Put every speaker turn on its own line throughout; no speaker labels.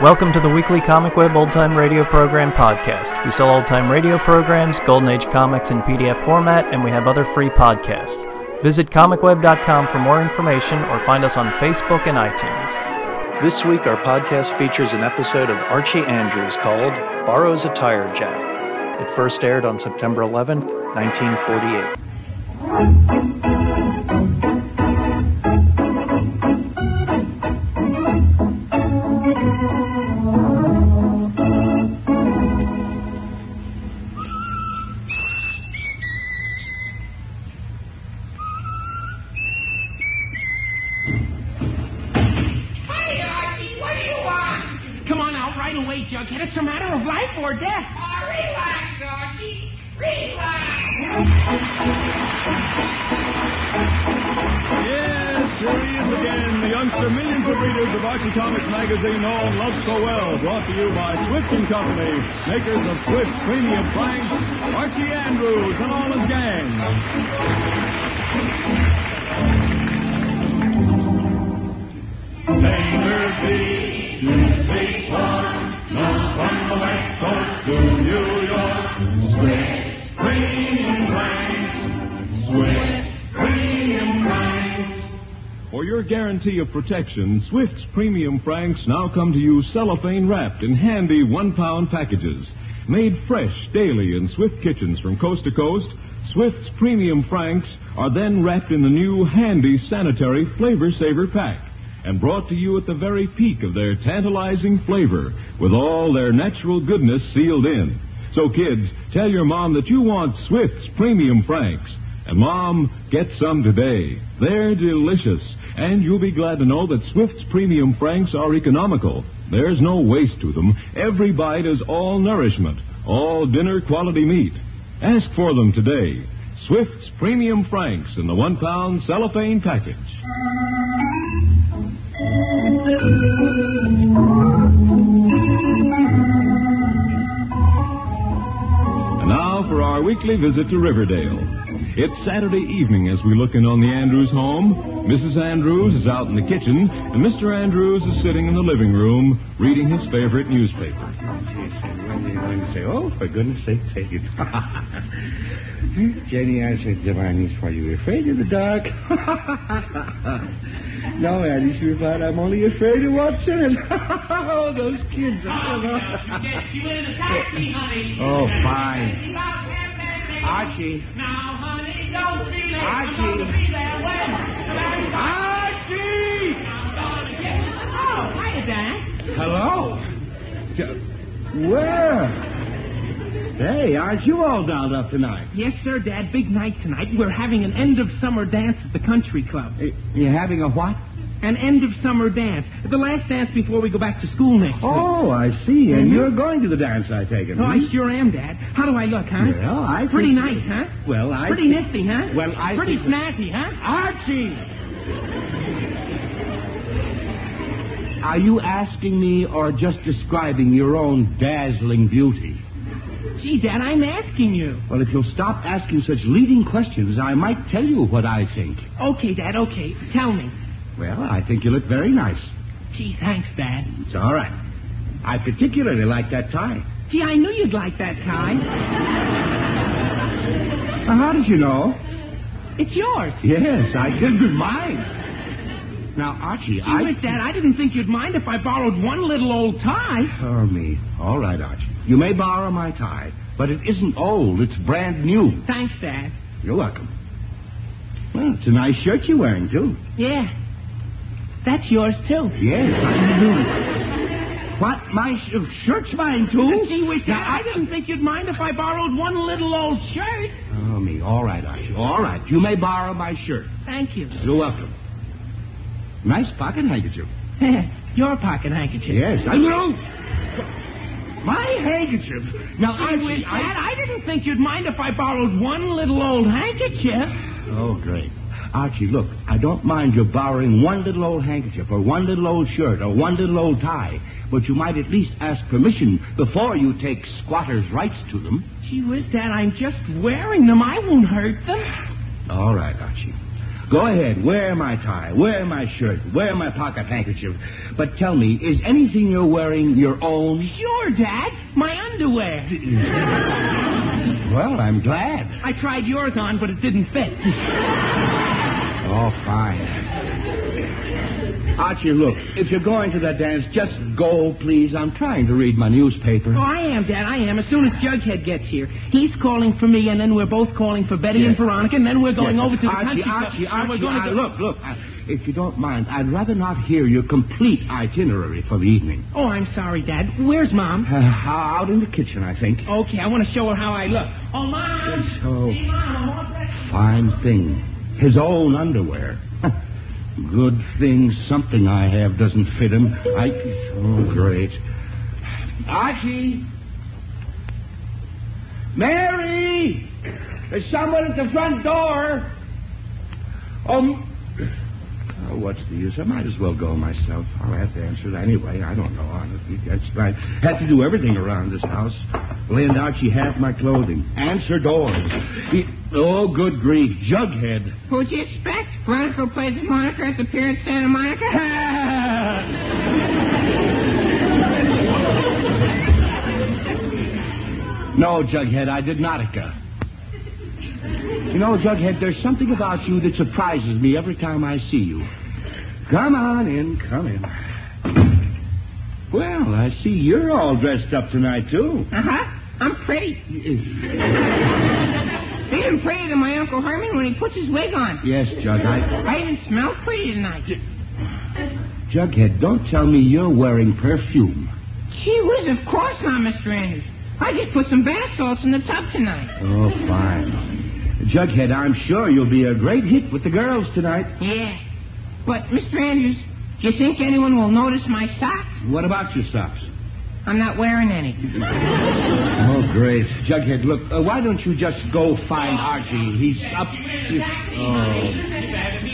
Welcome to the weekly Comic Web Old Time Radio Program podcast. We sell old time radio programs, Golden Age comics in PDF format, and we have other free podcasts. Visit comicweb.com for more information or find us on Facebook and iTunes. This week, our podcast features an episode of Archie Andrews called Borrows a Tire Jack. It first aired on September 11th, 1948.
makers of Swift Premium Planks, Archie Andrews and all his gang. Neighbor B, you speak for, no from the West Coast to New York. Swift Premium Planks, Swift Premium Planks. For your guarantee of protection, Swift's premium franks now come to you cellophane wrapped in handy one pound packages. Made fresh daily in Swift kitchens from coast to coast, Swift's premium franks are then wrapped in the new handy sanitary flavor saver pack and brought to you at the very peak of their tantalizing flavor with all their natural goodness sealed in. So kids, tell your mom that you want Swift's premium franks. And Mom, get some today. They're delicious. And you'll be glad to know that Swift's premium franks are economical. There's no waste to them. Every bite is all nourishment, all dinner quality meat. Ask for them today. Swift's premium franks in the one pound cellophane package. And now for our weekly visit to Riverdale. It's Saturday evening as we look in on the Andrews home. Mrs. Andrews is out in the kitchen, and Mr. Andrews is sitting in the living room reading his favorite newspaper.
Wednesday, oh, for goodness sake, take it. Jenny, I said, Giovanni, why you afraid of the dark? no, Annie, she replied, I'm only afraid of what's in it. oh, those kids.
Oh,
fine. Archie.
Now, honey, don't be late. Archie. Be there when
Archie!
Oh, hi, Dad.
Hello. Where? Hey, aren't you all dolled up tonight?
Yes, sir, Dad. Big night tonight. We're having an end of summer dance at the country club.
You're having a what?
An end of summer dance. The last dance before we go back to school next week.
Oh, I see. And mm-hmm. you're going to the dance, I take it. hmm?
Oh, I sure am, Dad. How do I look, huh?
Well, I
pretty think... nice, huh?
Well, I
pretty think... nifty, huh?
Well, I
pretty
think...
snazzy, huh?
Archie. Are you asking me or just describing your own dazzling beauty?
Gee, Dad, I'm asking you.
Well, if you'll stop asking such leading questions, I might tell you what I think.
Okay, Dad, okay. Tell me.
Well, I think you look very nice.
Gee, thanks, Dad.
It's all right. I particularly like that tie.
Gee, I knew you'd like that tie.
well, how did you know?
It's yours.
Yes, I didn't mind. Now, Archie,
Gee, I. Dad, I didn't think you'd mind if I borrowed one little old tie.
Oh, me. All right, Archie. You may borrow my tie, but it isn't old. It's brand new.
Thanks, Dad.
You're welcome. Well, it's a nice shirt you're wearing, too.
Yeah. That's yours, too.
Yes, I do. What? My sh- shirt's mine, too?
Gee whiz, now, I didn't think you'd mind if I borrowed one little old shirt.
Oh, me. All right, Archie. All right. You may borrow my shirt.
Thank you.
You're welcome. Nice pocket handkerchief.
Your pocket handkerchief.
Yes, I know. My handkerchief.
Now, I wish, Dad, I... I didn't think you'd mind if I borrowed one little old handkerchief.
Oh, great. Archie, look, I don't mind you borrowing one little old handkerchief or one little old shirt or one little old tie, but you might at least ask permission before you take squatters' rights to them.
Gee whiz, Dad, I'm just wearing them. I won't hurt them.
All right, Archie.
Go ahead, wear my tie, wear my shirt, wear my pocket handkerchief. But tell me, is anything you're wearing your own?
Sure, Dad. My underwear.
Well, I'm glad.
I tried yours on, but it didn't fit.
Oh, fine. Archie, look, if you're going to that dance, just go, please. I'm trying to read my newspaper.
Oh, I am, Dad. I am. As soon as Jughead gets here, he's calling for me, and then we're both calling for Betty and
Yes.
Veronica, and then we're going
Yes.
over to the
Archie,
country club.
Archie,
and
Archie,
we're going
I-
to go-
look, look. I- if you don't mind, I'd rather not hear your complete itinerary for the evening.
Oh, I'm sorry, Dad. Where's Mom?
Uh, out in the kitchen, I think.
Okay, I want to show her how I look. Oh, Mom!
Oh.
Hey, Mom, I'm all dressed.
Fine thing. His own underwear. Good thing something I have doesn't fit him. I. Oh, great. Archie! Mary! There's someone at the front door! Um. Oh, what's the use? I might as well go myself. I'll have to answer it anyway. I don't know, honestly. That's right. Have to do everything around this house. Lend Archie half my clothing. Answer doors. He- oh, good grief. Jughead.
Who'd you expect? Veronica plays the Monica at the pier in Santa Monica?
No, Jughead, I did not. You know, Jughead, there's something about you that surprises me every time I see you. Come on in, come in. Well, I see you're all dressed up tonight, too.
Uh
Uh-huh.
huh. I'm pretty. Even prettier than my Uncle Herman when he puts his wig on.
Yes, Jug, I...
I even smell pretty tonight.
Jughead, don't tell me you're wearing perfume.
Gee whiz, of course not, Mr. Andrews. I just put some bath salts in the tub tonight.
Oh, fine. Jughead, I'm sure you'll be a great hit with the girls tonight.
Yeah. But, Mr. Andrews, do you think anyone will notice my sock?
What about your socks?
I'm not wearing any.
Oh, great. Jughead, look, uh, why don't you just go find Archie? He's up. Oh.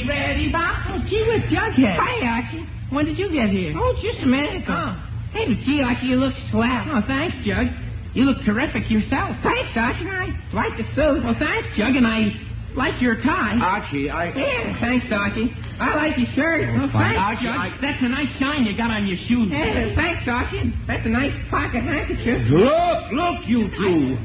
Ready, Bob? Oh, gee whiz, Jughead. Hi, Archie. When did you get here? Oh, just a minute ago. Hey, but gee, Archie, you look swell.
Oh, thanks, Jug. You look terrific yourself.
Thanks, Archie. I like the suit.
Well, thanks, Jug, and I like your tie.
Uh,
Archie, I.
Yeah, thanks, Archie. I like your shirt.
Oh, fine.
thanks,
Archie,
Jug,
I-
that's a nice shine you got on your shoes.
Yeah, thanks, Archie. That's a nice pocket handkerchief.
Look, look, you two.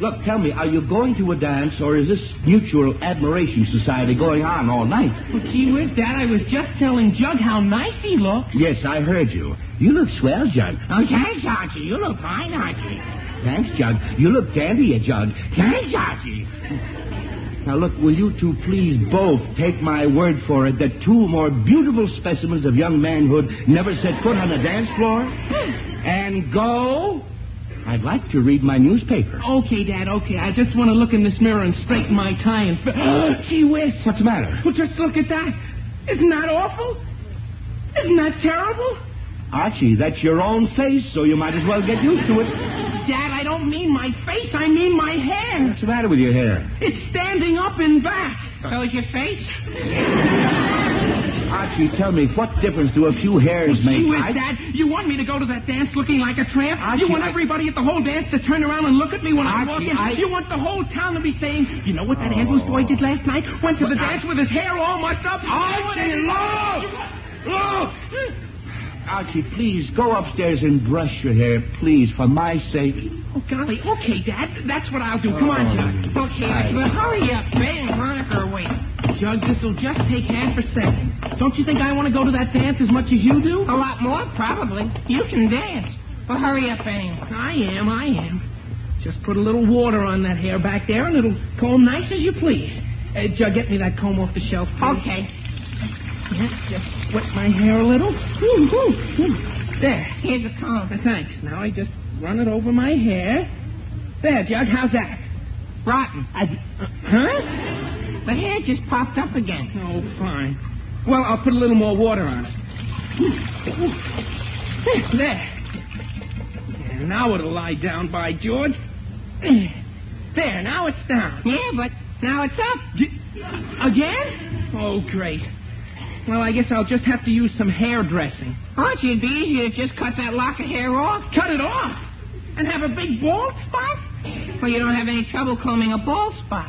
Look, tell me, are you going to a dance, or is this mutual admiration society going on all night?
Well, gee whiz, Dad, I was just telling Jug how nice he looked.
Yes, I heard you. You look swell, Jug.
Oh, thanks, Archie. You look fine, Archie.
Thanks, Jug. You look dandy, Jug. Thanks, Archie. Now, look, will you two please both take my word for it that two more beautiful specimens of young manhood never set foot on a dance floor? And go? I'd like to read my newspaper. Oh,
Okay, Dad, okay. I just want to look in this mirror and straighten my tie and... fi- gee whiz.
What's the matter?
Well, just look at that. Isn't that awful? Isn't that terrible?
Archie, that's your own face, so you might as well get used to it.
Dad, I don't mean my face. I mean my hair.
What's the matter with your hair?
It's standing up and back.
So is your face?
Archie, tell me, what difference do a few hairs make?
You is,
I-
Dad. You want me to go to that dance looking like a tramp?
Archie,
you want
I-
everybody at the whole dance to turn around and look at me when I
Archie,
walk in?
I- Oh.
You want the whole town to be saying, you know what that Andrews boy did last night? Went to the dance with his hair all mussed up.
Archie, look! Look! Archie, please go upstairs and brush your hair, please, for my sake.
Oh, golly. Okay, Dad. That's what I'll do. Come on, Jug.
Okay, Archie, well, hurry up. Betty and Veronica are waiting.
Jug, this'll just take half a second. Don't you think I want to go to that dance as much as you do?
A lot more, probably. You can dance. Well, hurry up, anyway.
I am, I am. Just put a little water on that hair back there, and it'll comb nice as you please. Uh, Jug, get me that comb off the shelf. please.
Okay.
Yeah, just wet my hair a little. Whew, whew, whew. There.
Here's a comb.
Uh, Thanks. Now I just run it over my hair. There, Jug, how's that?
Rotten.
I, uh, huh?
The hair just popped up again.
Oh, fine. Well, I'll put a little more water on it. There. And now it'll lie down, by George. There, now it's down.
Yeah, but now it's up.
G- Again? Oh, great. Well, I guess I'll just have to use some hair dressing.
Archie, Oh, it'd be easier to just cut that lock of hair off.
Cut it off and have a big bald spot?
Well, you don't have any trouble combing a bald spot.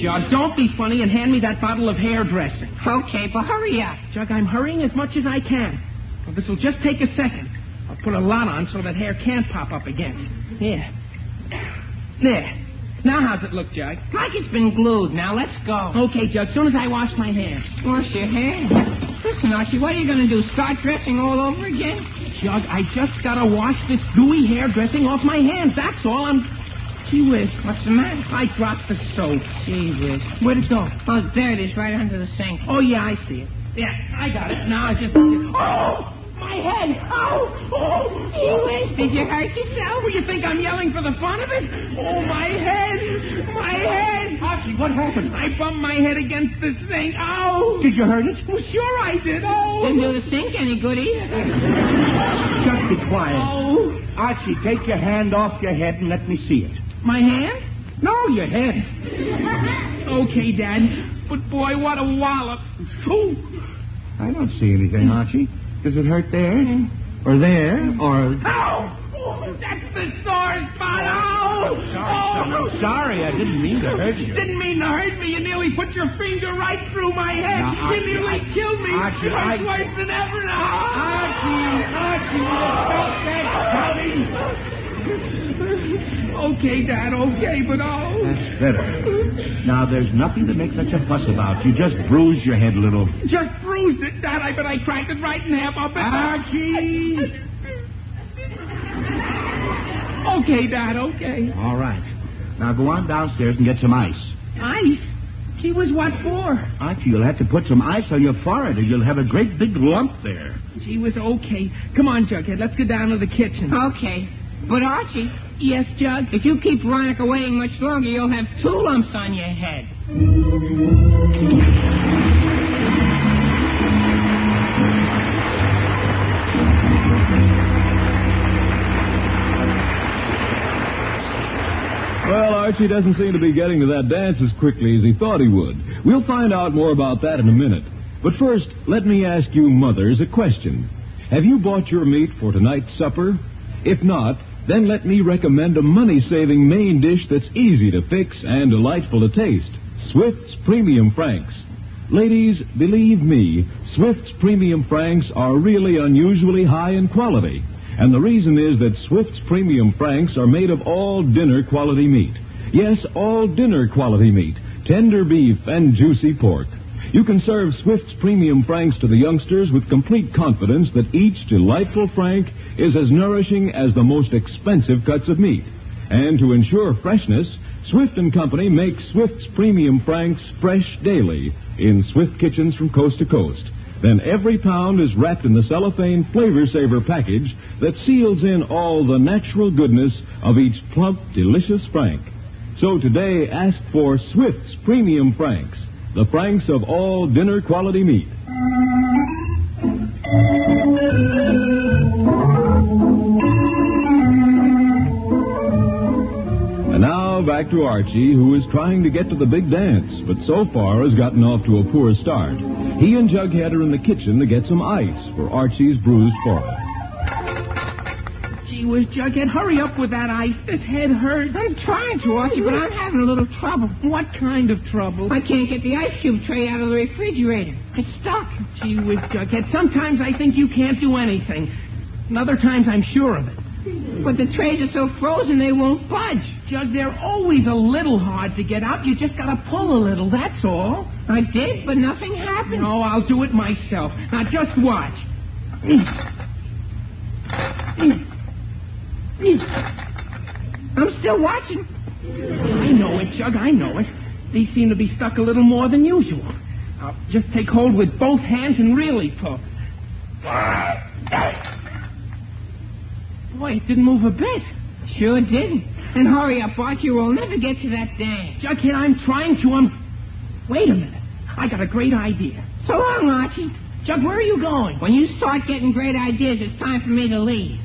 Jug, don't be funny and hand me that bottle of hairdressing.
Okay, but hurry up.
Jug, I'm hurrying as much as I can. Well, this will just take a second. I'll put a lot on so that hair can't pop up again. Yeah. There. Now how's it look, Jug?
Like it's been glued. Now let's go.
Okay, Jug, soon as I wash my hair.
Wash your hair. Listen, Archie, what are you going to do? Start dressing all over again?
Jug, I just gotta wash this gooey hair dressing off my hands. That's all I'm. Gee whiz. What's the matter? I dropped the soap. Gee whiz. Where'd it go?
Oh, there it is, right under the sink.
Oh, yeah, I see it. Yeah, I got it. Now I just. Oh! My head! Ow! Oh! Gee whiz,
Did you hurt yourself?
Oh, you think I'm yelling for the fun of it? Oh, my head! My head! Archie, what happened? I bumped my head against this thing. Ow!
Did you hurt it?
Well, sure I did. Oh!
Didn't do the sink any good either.
Just be quiet.
Oh!
Archie, take your hand off your head and let me see it.
My hand?
No, your head.
Okay, Dad. But boy, what a wallop. Ooh.
I don't see anything, Archie. Does it hurt there? Or there? Or.
Ow! Oh, that's the sore spot. Ow! Oh!
sorry, I didn't mean to hurt
You Didn't mean to hurt me. You nearly put your finger right through my head.
Now, Archie,
you nearly killed me.
Archie,
It hurts
I-
worse than ever now. Okay, Dad, okay, but oh.
That's better. Now, there's nothing to make such a fuss about. You just bruised your head a little.
Just bruised it, Dad. I bet I cracked it right in half. I'll bet.
Archie!
Okay, Dad, okay.
All right. Now go on downstairs and get some ice.
Ice? Gee was what for?
Archie, you'll have to put some ice on your forehead or you'll have a great big lump there.
She was okay. Come on, Jughead. Let's go down to the kitchen.
Okay. But, Archie,
yes, Jug.
if you keep Veronica waiting much longer, you'll have two lumps on your head.
Well, Archie doesn't seem to be getting to that dance as quickly as he thought he would. We'll find out more about that in a minute. But first, let me ask you, mothers, a question. Have you bought your meat for tonight's supper? If not, then let me recommend a money saving main dish that's easy to fix and delightful to taste Swift's Premium Franks. Ladies, believe me, Swift's premium franks are really unusually high in quality. And the reason is that Swift's premium franks are made of all dinner quality meat. Yes, all dinner quality meat, tender beef and juicy pork. You can serve Swift's premium franks to the youngsters with complete confidence that each delightful frank is as nourishing as the most expensive cuts of meat. And to ensure freshness, Swift and Company makes Swift's premium franks fresh daily in Swift kitchens from coast to coast. Then every pound is wrapped in the cellophane flavor saver package that seals in all the natural goodness of each plump, delicious frank. So today, ask for Swift's premium franks, the franks of all dinner quality meat. And now back to Archie, who is trying to get to the big dance, but so far has gotten off to a poor start. He and Jughead are in the kitchen to get some ice for Archie's bruised forehead.
Gee whiz, Jughead. Hurry up with that ice. This head hurts. I'm trying to,
Archie, but I'm having a little trouble.
What kind of trouble?
I can't get the ice cube tray out of the refrigerator. It's stuck.
Gee whiz, Jughead. Sometimes I think you can't do anything. And other times I'm sure of it.
But the trays are so frozen they won't budge.
Jug, they're always a little hard to get out. You just gotta pull a little, that's all.
I did, but nothing happened.
No, I'll do it myself. Now just watch.
I'm still watching.
I know it, Jug. I know it. These seem to be stuck a little more than usual. I'll just take hold with both hands and really pull. Boy, it didn't move a bit.
Sure didn't. And hurry up, Archie. We'll never get to that dance.
Jug, here I'm trying to. Um, wait a minute. I got a great idea.
So long, Archie.
Jug, where are you going?
When you start getting great ideas, it's time for me to leave.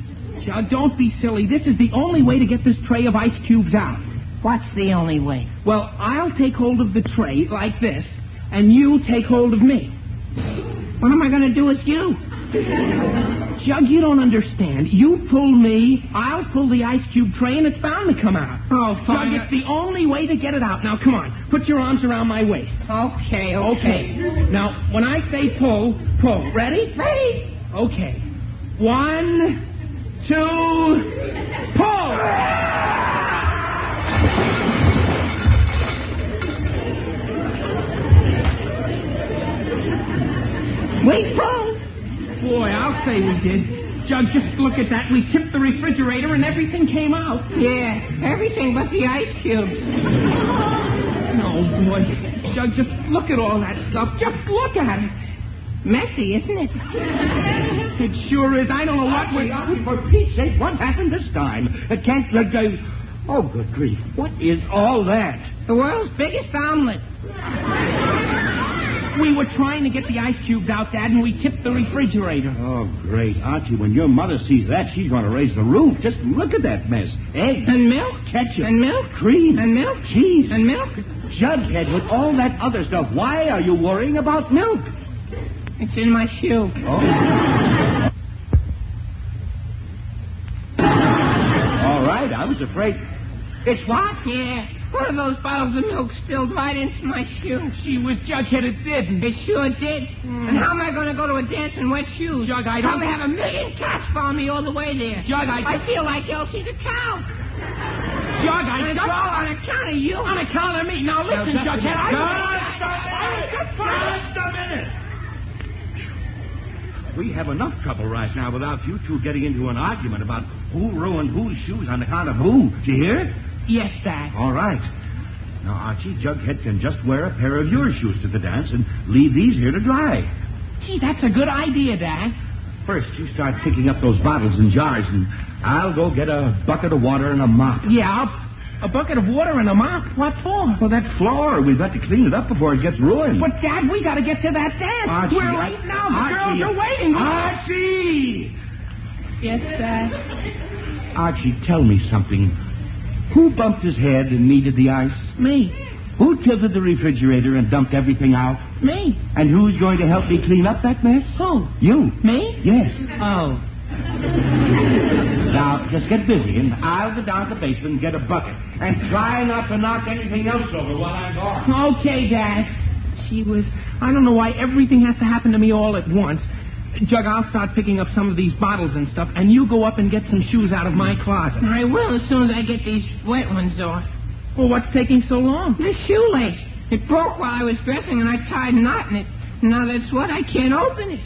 Jug, don't be silly. This is the only way to get this tray of ice cubes out.
What's the only way?
Well, I'll take hold of the tray like this, and you take hold of me.
What am I going to do with you?
Jug, you don't understand. You pull me, I'll pull the ice cube tray, and it's bound to come out.
Oh, fine.
Jug, it's the only way to get it out. Now, come on. Put your arms around my waist.
Okay,
Okay. Now, when I say pull, pull. Ready?
Ready?
Okay. One, two, pull!
We pulled.
Boy, I'll say we did. Jug, just look at that. We tipped the refrigerator and everything came out.
Yeah, everything but the ice cube.
No, boy. Jug, just look at all that stuff. Just look at it.
Messy, isn't it?
It sure is. I don't know what we.
for Pete's sake, what happened this time? It can't let go. Oh, good grief. What is all that?
The world's biggest omelet.
We were trying to get the ice cubes out, Dad, and we tipped the refrigerator.
Oh, great. Archie, when your mother sees that, she's going to raise the roof. Just look at that mess. Eggs.
And milk?
Ketchup.
And milk?
Cream.
And milk?
Cheese.
And milk?
Jughead, with all that other stuff, why are you worrying about milk? Oh.
It's in my shoe.
All right, I was afraid. It's what?
Yeah, one of those bottles of milk spilled right into my shoe.
She was Jughead. It didn't.
It sure did.
Hmm.
And how am I going to go to a dance in wet shoes?
Jug, I don't-
Probably have a million cats follow me all the way there.
Jug, I-
I feel like Elsie the cow.
Jug, I.
And it's all on account of you.
On account of me. Now listen,
just-
Jughead. I.
Just
Just a minute.
We have enough trouble right now without you two getting into an argument about who ruined whose shoes on account of who. Do you hear?
Yes, Dad.
All right. Now, Archie, Jughead can just wear a pair of your shoes to the dance and leave these here to dry.
Gee, that's a good idea, Dad.
First, you start picking up those bottles and jars, and I'll go get a bucket of water and a mop.
Yeah, I'll, a bucket of water and a mop. What for?
Well, that floor, we've got to clean it up before it gets ruined.
But, Dad, we got to get to that dance.
Archie,
We're
I-
late now. The
Archie,
girls are waiting.
Archie!
Yes, Dad.
Archie, tell me something. Who bumped his head and needed the ice?
Me.
Who tilted the refrigerator and dumped everything out?
Me.
And who's going to help me clean up that mess?
Who?
You.
Me?
Yes.
Oh.
Now, just get busy, and I'll go down to the basement and get a bucket. And try not to knock anything else over while I'm gone.
Okay, Dad. She was. I don't know why everything has to happen to me all at once. Jug, I'll start picking up some of these bottles and stuff, and you go up and get some shoes out of my closet.
I will as soon as I get these wet ones off.
Well, what's taking so long?
The shoelace. It broke while I was dressing, and I tied a knot in it. Now that's what I can't open it.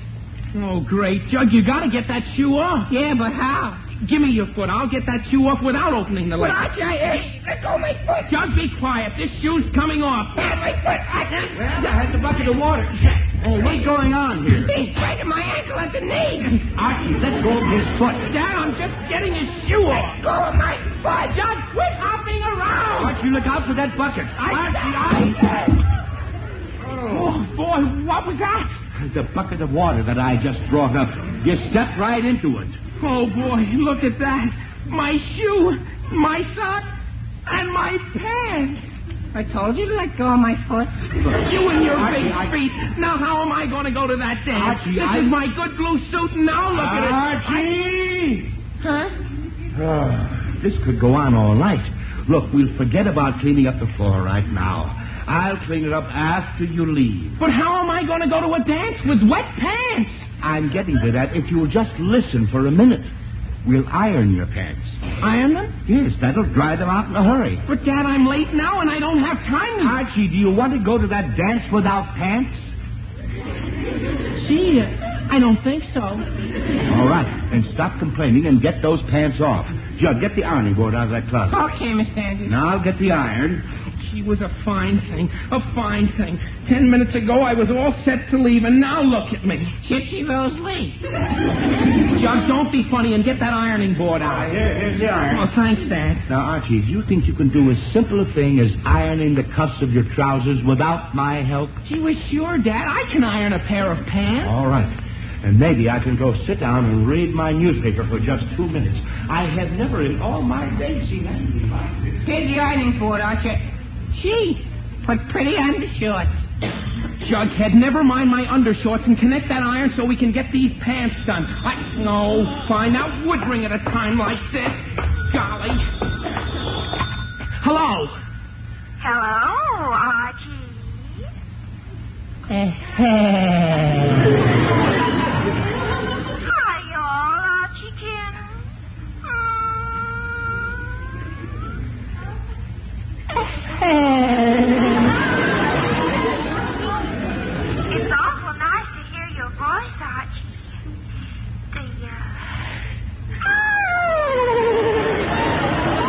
Oh, great. Jug, you gotta get that shoe off.
Yeah, but how?
Give me your foot. I'll get that shoe off without opening the
But
leg.
Archie, I, hey, let go of my foot.
Jug, be quiet. This shoe's coming off.
Ah, my foot. I,
Well, I had the bucket of water. Oh, what's going on here?
He's breaking my ankle at the knee.
Archie, let go of his foot.
Dad, I'm just getting his shoe off.
Go of my foot.
Jug, quit hopping around.
Archie, look out for that bucket.
Oh, boy, what was that?
The bucket of water that I just brought up. You stepped right into it.
Oh, boy, look at that. My shoe, my sock, and my pants.
I told you to let go of my foot.
You and your
Archie,
big
I-
feet. Now, how am I going to go to that dance?
Archie,
this
I-
is my good blue suit, and now look at it.
Archie! Uh-huh.
Huh?
Ah, this could go on all night. Look, we'll forget about cleaning up the floor right now. I'll clean it up after you leave.
But how am I going to go to a dance with wet pants?
I'm getting to that if you'll just listen for a minute. We'll iron your pants.
Iron them?
Yes, that'll dry them out in a hurry.
But, Dad, I'm late now, and I don't have time to...
Archie, do you want to go to that dance without pants?
Gee, I don't think so.
All right, then stop complaining and get those pants off. Jug, get the ironing board out of that closet.
Okay, Miss Andrews.
Now I'll get the iron.
She was a fine thing, a fine thing. Ten minutes ago, I was all set to leave, and now look at me.
Gypsy Rose Lee.
Jug, don't be funny and get that ironing board out.
Here, here's the iron.
Oh, thanks, Dad.
Now, Archie, do you think you can do as simple a thing as ironing the cuffs of your trousers without my help?
She was sure, Dad. I can iron a pair of pants.
All right. And maybe I can go sit down and read my newspaper for just two minutes. I have never in all my days seen anything like this.
Here's the ironing board, Archie. Gee, put pretty undershorts.
Jughead, never mind my undershorts and connect that iron so we can get these pants done. I no, fine. That would ring at a time like this. Golly. Hello.
Hello, Archie. Hi, y'all, Archie It's awful nice to hear your voice, Archie. The,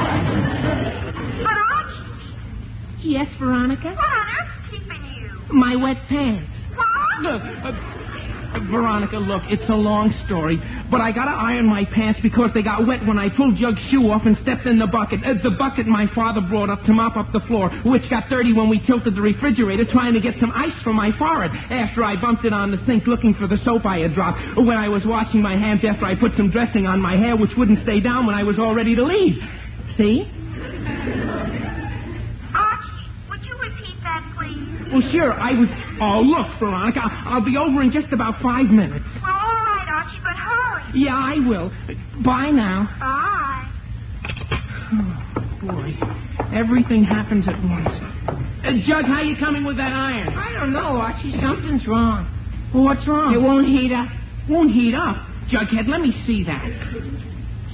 uh... but, Archie,
Yes, Veronica?
what on earth's keeping you?
My wet pants.
What?
Look, uh, Veronica, look, it's a long story, but I gotta iron my pants because they got wet when I pulled Jug's shoe off and stepped in the bucket. Uh, the bucket my father brought up to mop up the floor, which got dirty when we tilted the refrigerator trying to get some ice for my forehead after I bumped it on the sink looking for the soap I had dropped when I was washing my hands after I put some dressing on my hair which wouldn't stay down when I was all ready to leave. See?
Archie, would you repeat that, please?
Well, sure, I was... Oh, look, Veronica, I'll, I'll be over in just about five minutes.
Well, all right, Archie, but hurry.
Yeah, I will. Bye now.
Bye.
Boy, everything happens at once. Uh, Judge, how you coming with that iron?
I don't know, Archie. Something's wrong.
Well, what's wrong?
It won't heat up.
won't heat up. Jughead, let me see that.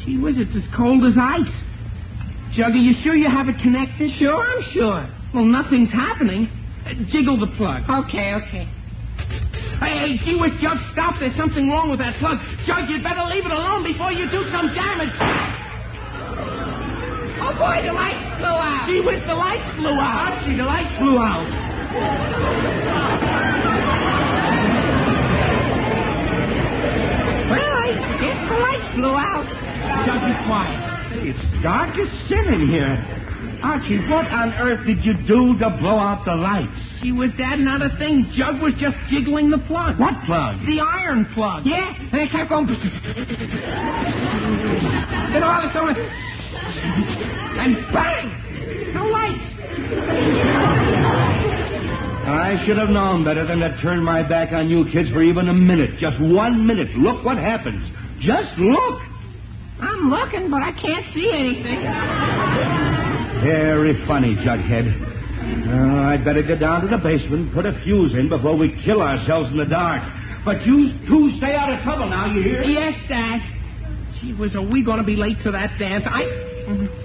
Gee whiz, it's as cold as ice. Jug, are you sure you have it connected?
Sure, I'm sure.
Well, nothing's happening. Uh, jiggle the plug.
Okay, okay.
Hey, hey, gee whiz, Jug, stop. There's something wrong with that plug. Jug, you'd better leave it alone before you do some damage.
Oh, boy, the lights blew out.
Gee whiz, the lights blew out. Archie, the lights blew out.
Well, I guess the lights blew out.
Jug, be quiet.
It's dark as sin in here. Archie, what on earth did you do to blow out the lights?
Gee whiz, Dad, not a thing. Jug was just jiggling the plug.
What plug?
The iron plug.
Yeah, and it kept going.
Then all of a sudden, and bang! The lights.
I should have known better than to turn my back on you kids for even a minute. Just one minute. Look what happens. Just look.
I'm looking, but I can't see anything.
Very funny, Jughead. Uh, I'd better get down to the basement, put a fuse in before we kill ourselves in the dark. But you two stay out of trouble now, you hear?
Yes, Dad. Gee whiz, are we going to be late to that dance? I.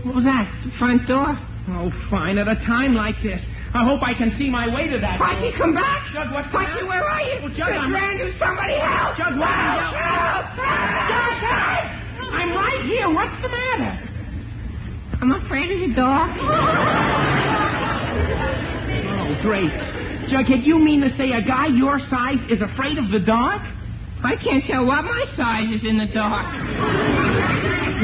What was that? Front door? Oh, fine. At a time like this, I hope I can see my way to that.
Archie, come back.
Jug, what's
Archie, where are you?
Well, Jug,
Just
I'm-
ran to somebody help.
Jug,
help.
what?
Help. Help. Help.
I'm right here. What's the matter?
I'm afraid of the dog.
Oh, great. Jughead, you mean to say a guy your size is afraid of the dark?
I can't tell what my size is in the dark.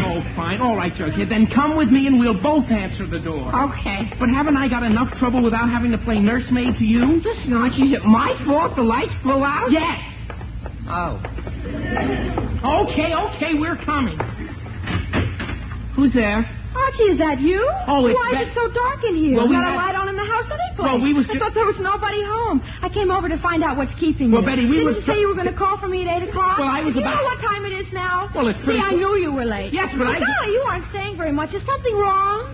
Oh, fine. All right, Jughead. Then come with me and we'll both answer the door.
Okay.
But haven't I got enough trouble without having to play nursemaid to you?
Listen, Archie, is it my fault the lights blew out?
Yes.
Oh.
Okay, okay, we're coming. Who's there?
Archie, is that you?
Oh, it's
Why
Beth-
is it so dark in here?
Well, we
we got
had-
a light on in the house anyway.
Well, we was
I
ju-
thought there was nobody home. I came over to find out what's keeping
Well,
you.
Betty, we
Didn't
was
you
tr-
say you were going to call for me at 8 o'clock?
Well, I was
you
about-
know Oh, what time it is now?
Well, it's pretty
See, I
cl-
knew you were late.
Yes, but I-
Golly, you aren't saying very much. Is something wrong?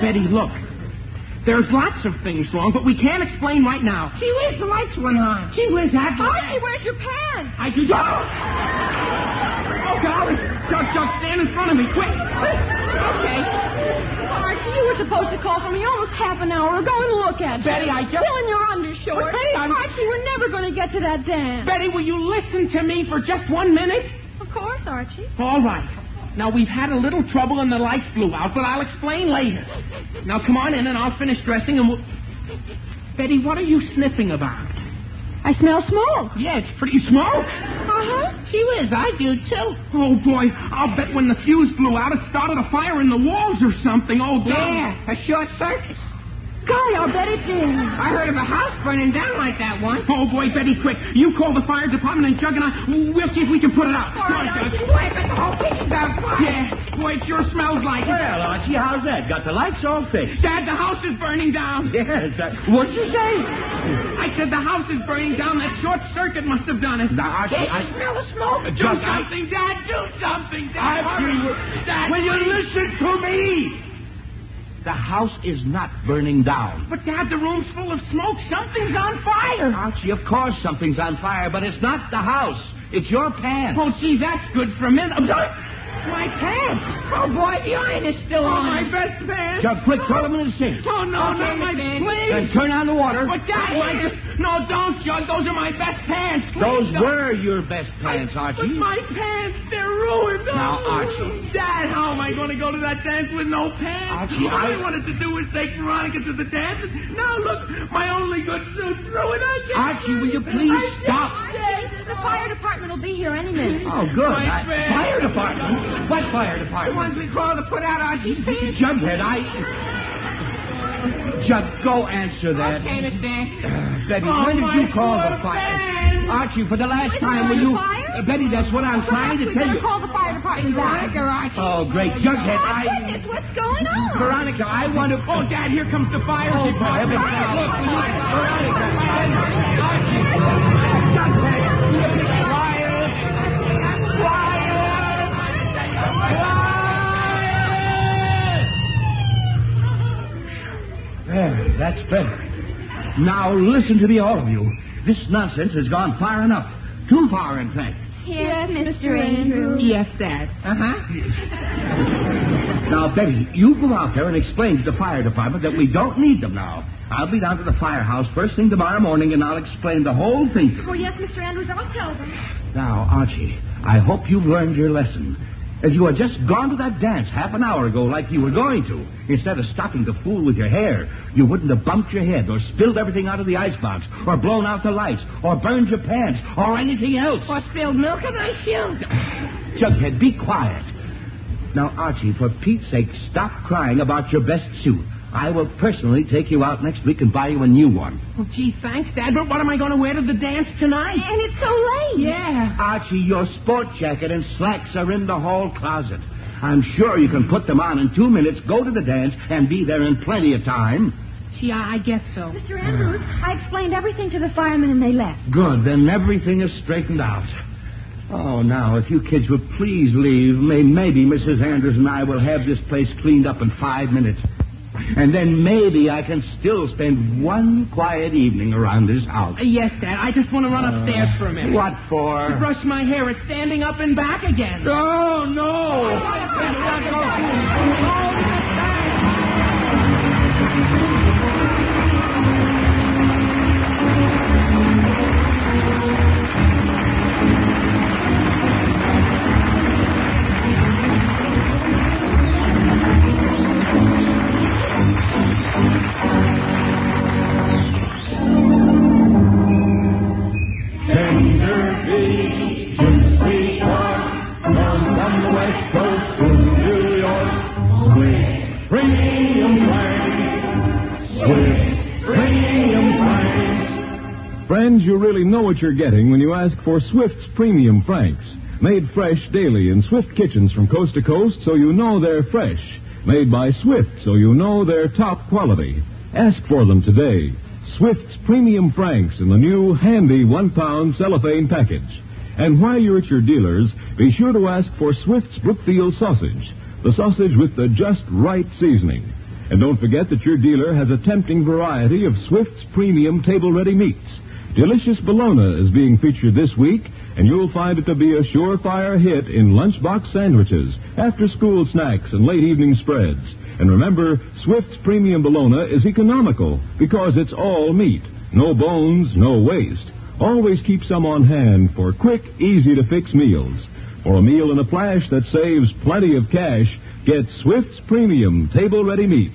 Betty, look. There's lots of things wrong, but we can't explain right now.
Gee whiz, the lights went on.
Gee whiz, Abby.
Archie, where's Oh, your pants?
I do. Oh, golly. Duck, duck, stand in front of me, quick. Okay.
Archie, you were supposed to call for me almost half an hour ago and look at
Betty,
you.
I just-
Still in your undershorts.
Betty, I'm-
Archie, we're never going to get to that dance.
Betty, will you listen to me for just one minute?
Of course, Archie.
All right. Now, we've had a little trouble and the lights blew out, but I'll explain later. Now, come on in and I'll finish dressing and we'll... Betty, what are you sniffing about?
I smell smoke.
Yeah, it's pretty smoke.
Uh-huh.
She is. I do too. Oh boy, I'll bet when the fuse blew out, it started a fire in the walls or something. Oh, darn.
Yeah, a short circuit.
sky, I'll bet it's in.
I heard of a house burning down like that once.
Oh, boy, Betty, quick. You call the fire department and Jug and I, we'll see if we can put it out.
All right,
Come on,
Archie,
Jug.
boy, but the whole piggy's on fire.
Yeah, boy, it sure smells like it.
Well, Archie, how's that? Got the lights all fixed.
Dad, the house is burning down.
Yes. Uh, what'd you say?
I said the house is burning down. That short circuit must have done it.
Now, Archie,
Can't you
I. Uh,
smell the smoke?
Do
Jug, I-
something, Dad. Do something, Dad.
Archie,
Hurry.
will-
Dad,
will you
please.
listen to me? The house is not burning down.
But, Dad, the room's full of smoke. Something's on fire.
Archie, of course something's on fire, but it's not the house. It's your pants.
Oh, gee, that's good for a minute. I'm sorry. My pants.
Oh, boy, the iron is still
Oh,
on.
my best pants.
Jug, quick, throw them in the sink.
Oh, no,
Okay,
not my
Mr.
Then
please.
turn on the water.
But, Dad, why just... No, don't, Jug. Those are my best pants. Please
Those
don't.
were your best pants,
But
Archie.
my pants, they're ruined.
Now,
Oh,
Archie.
Dad, how am I going to go to that dance with no pants?
Archie,
All I...
I-
wanted to do was take Veronica to the dance. Now, look, my only good suit's ruined. I can't
Archie, will you
wear it.
please
I can't
stop?
dance.
The fire department will be here any minute.
Oh, good.
My
I-
friend.
fire department? What fire
The ones
department?
we call to put out Archie's pants.
Jughead, I. Jug, go answer that. Uh,
Okay, Miss Dance.
Betty,
Oh,
when did
my
you call
poor
the fire?
friend.
Archie, for the last
Isn't
time,
there
will
any
you?
fire?
Uh, Betty, that's what I'm trying to
Perhaps we
tell
better
you.
call the fire department back.
Veronica, Archie.
Oh, great, Jughead,
My
I.
goodness, what's going on?
Veronica, I want to.
Oh, Dad, here comes the fire
Oh, for
department.
heaven's sake. Look, will you- Veronica, I- Archie, There, that's better. Now listen to me, all of you. This nonsense has gone far enough. Too far, in fact.
Yes, Mr. Andrews.
Yes, Dad. Uh-huh.
Now, Betty, you go out there and explain to the fire department that we don't need them now. I'll be down to the firehouse first thing tomorrow morning, and I'll explain the whole thing to them.
Well, yes, Mr. Andrews, I'll tell them.
Now, Archie, I hope you've learned your lesson. If you had just gone to that dance half an hour ago like you were going to, instead of stopping to fool with your hair, you wouldn't have bumped your head or spilled everything out of the icebox or blown out the lights or burned your pants or anything else.
Or spilled milk on my shoes.
Jughead, be quiet. Now, Archie, for Pete's sake, stop crying about your best suit. I will personally take you out next week and buy you a new one.
Oh, gee, thanks, Dad, but what am I going to wear to the dance tonight?
And it's so late.
Yeah.
Archie, your sport jacket and slacks are in the hall closet. I'm sure you can put them on in two minutes, go to the dance, and be there in plenty of time.
Gee, I, I guess so.
Mr. Andrews, I explained everything to the firemen and they left.
Good, then everything is straightened out. Oh, now, if you kids would please leave, may, maybe Mrs. Andrews and I will have this place cleaned up in five minutes. And then maybe I can still spend one quiet evening around this house.
Uh, yes, Dad, I just want to run
Uh.
upstairs for a minute.
What for?
Brush my hair. It's standing up and back again.
Oh, no!
Tender beach and sweetheart, down from the west coast to New York. Sweet premium wine, sweet premium wine.
Friends, you really know what you're getting when you ask for Swift's Premium Franks. Made fresh daily in Swift kitchens from coast to coast so you know they're fresh. Made by Swift so you know they're top quality. Ask for them today. Swift's Premium Franks in the new handy one pound cellophane package. And while you're at your dealer's, be sure to ask for Swift's Brookfield sausage, the sausage with the just right seasoning. And don't forget that your dealer has a tempting variety of Swift's premium table ready meats. Delicious bologna is being featured this week, and you'll find it to be a surefire hit in lunchbox sandwiches, after school snacks, and late evening spreads. And remember, Swift's premium bologna is economical because it's all meat. No bones, no waste. Always keep some on hand for quick, easy to fix meals. For a meal in a flash that saves plenty of cash, get Swift's premium table ready meats.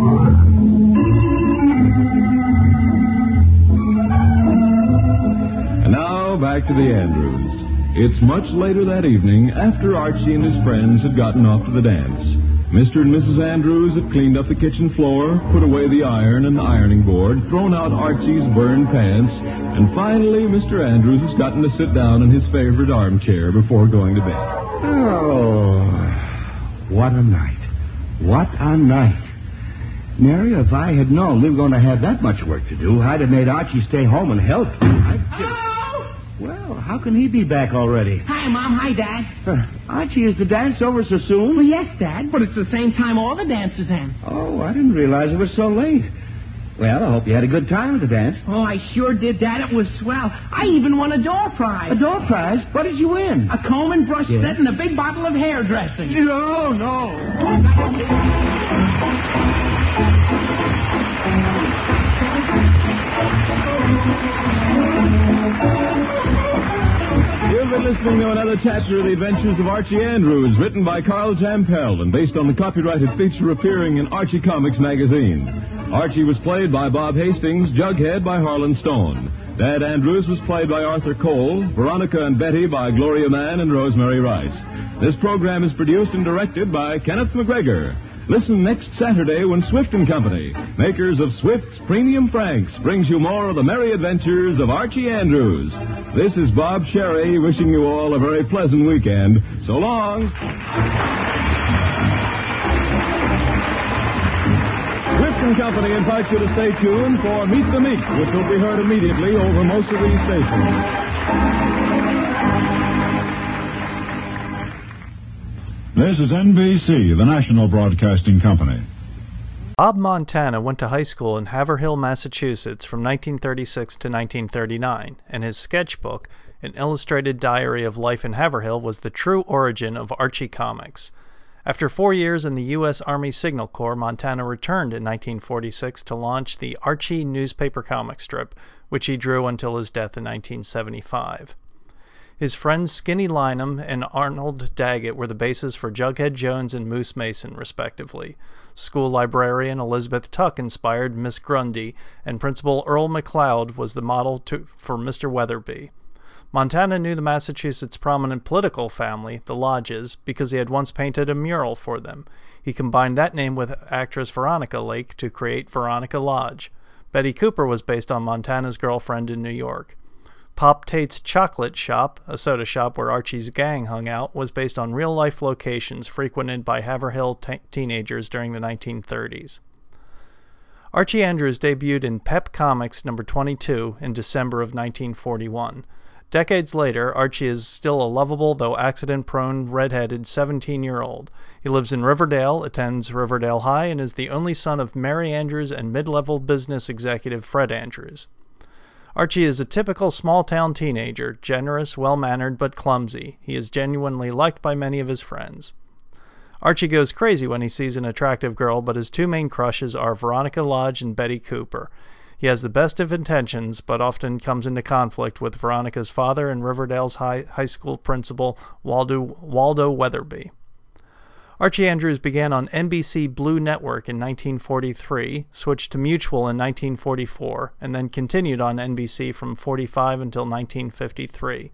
And now back to the Andrews. It's much later that evening after Archie and his friends had gotten off to the dance. Mr. and Mrs. Andrews had cleaned up the kitchen floor, put away the iron and the ironing board, thrown out Archie's burned pants, and finally Mr. Andrews has gotten to sit down in his favorite armchair before going to bed.
Oh, what a night. What a night. Mary, if I had known we were going to have that much work to do, I'd have made Archie stay home and help.
Hello?
Well, how can he be back already?
Hi, Mom. Hi, Dad.
Huh, Archie, is the dance over so soon?
Well, yes, Dad, but it's the same time all the dances end.
Oh, I didn't realize it was so late. Well, I hope you had a good time at the dance.
Oh, I sure did, Dad. It was swell. I even won a door prize.
A door prize? What did you win?
A comb and brush
Yeah.
set and a big bottle of hair dressing.
No, no.
You've been listening to another chapter of the adventures of Archie Andrews, written by Carl Jampel and based on the copyrighted feature appearing in Archie Comics magazine. Archie was played by Bob Hastings, Jughead by Harlan Stone. Dad Andrews was played by Arthur Cole, Veronica and Betty by Gloria Mann and Rosemary Rice. This program is produced and directed by Kenneth McGregor. Listen next Saturday when Swift and Company, makers of Swift's Premium Franks, brings you more of the merry adventures of Archie Andrews. This is Bob Sherry wishing you all a very pleasant weekend. So long. Swift and Company invites you to stay tuned for Meet the Meek, which will be heard immediately over most of these stations.
This is NBC, the national broadcasting company.
Bob Montana went to high school in Haverhill, Massachusetts from 1936 to 1939, and his sketchbook, An Illustrated Diary of Life in Haverhill, was the true origin of Archie Comics. After four years in the U.S. Army Signal Corps, Montana returned in 1946 to launch the Archie newspaper comic strip, which he drew until his death in 1975. His friends Skinny Lynam and Arnold Daggett were the bases for Jughead Jones and Moose Mason, respectively. School librarian Elizabeth Tuck inspired Miss Grundy, and Principal Earl McLeod was the model to, for Mr. Weatherby. Montana knew the Massachusetts prominent political family, the Lodges, because he had once painted a mural for them. He combined that name with actress Veronica Lake to create Veronica Lodge. Betty Cooper was based on Montana's girlfriend in New York. Pop Tate's Chocolate Shop, a soda shop where Archie's gang hung out, was based on real life locations frequented by Haverhill te- teenagers during the 1930s. Archie Andrews debuted in Pep Comics number 22 in December of 1941. Decades later, Archie is still a lovable, though accident prone, redheaded 17 year old. He lives in Riverdale, attends Riverdale High, and is the only son of Mary Andrews and mid level business executive Fred Andrews. Archie is a typical small town teenager, generous, well mannered, but clumsy. He is genuinely liked by many of his friends. Archie goes crazy when he sees an attractive girl, but his two main crushes are Veronica Lodge and Betty Cooper. He has the best of intentions, but often comes into conflict with Veronica's father and Riverdale's high, high school principal, Waldo, Waldo Weatherby. Archie Andrews began on NBC Blue Network in 1943, switched to Mutual in 1944, and then continued on NBC from 45 until 1953.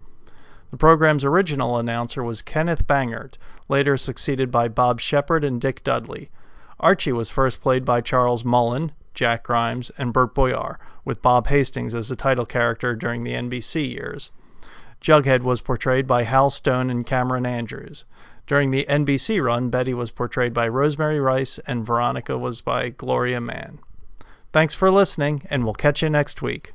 The program's original announcer was Kenneth Bangert, later succeeded by Bob Shepard and Dick Dudley. Archie was first played by Charles Mullen, Jack Grimes, and Burt Boyar, with Bob Hastings as the title character during the NBC years. Jughead was portrayed by Hal Stone and Cameron Andrews. During the NBC run, Betty was portrayed by Rosemary Rice and Veronica was by Gloria Mann. Thanks for listening, and we'll catch you next week.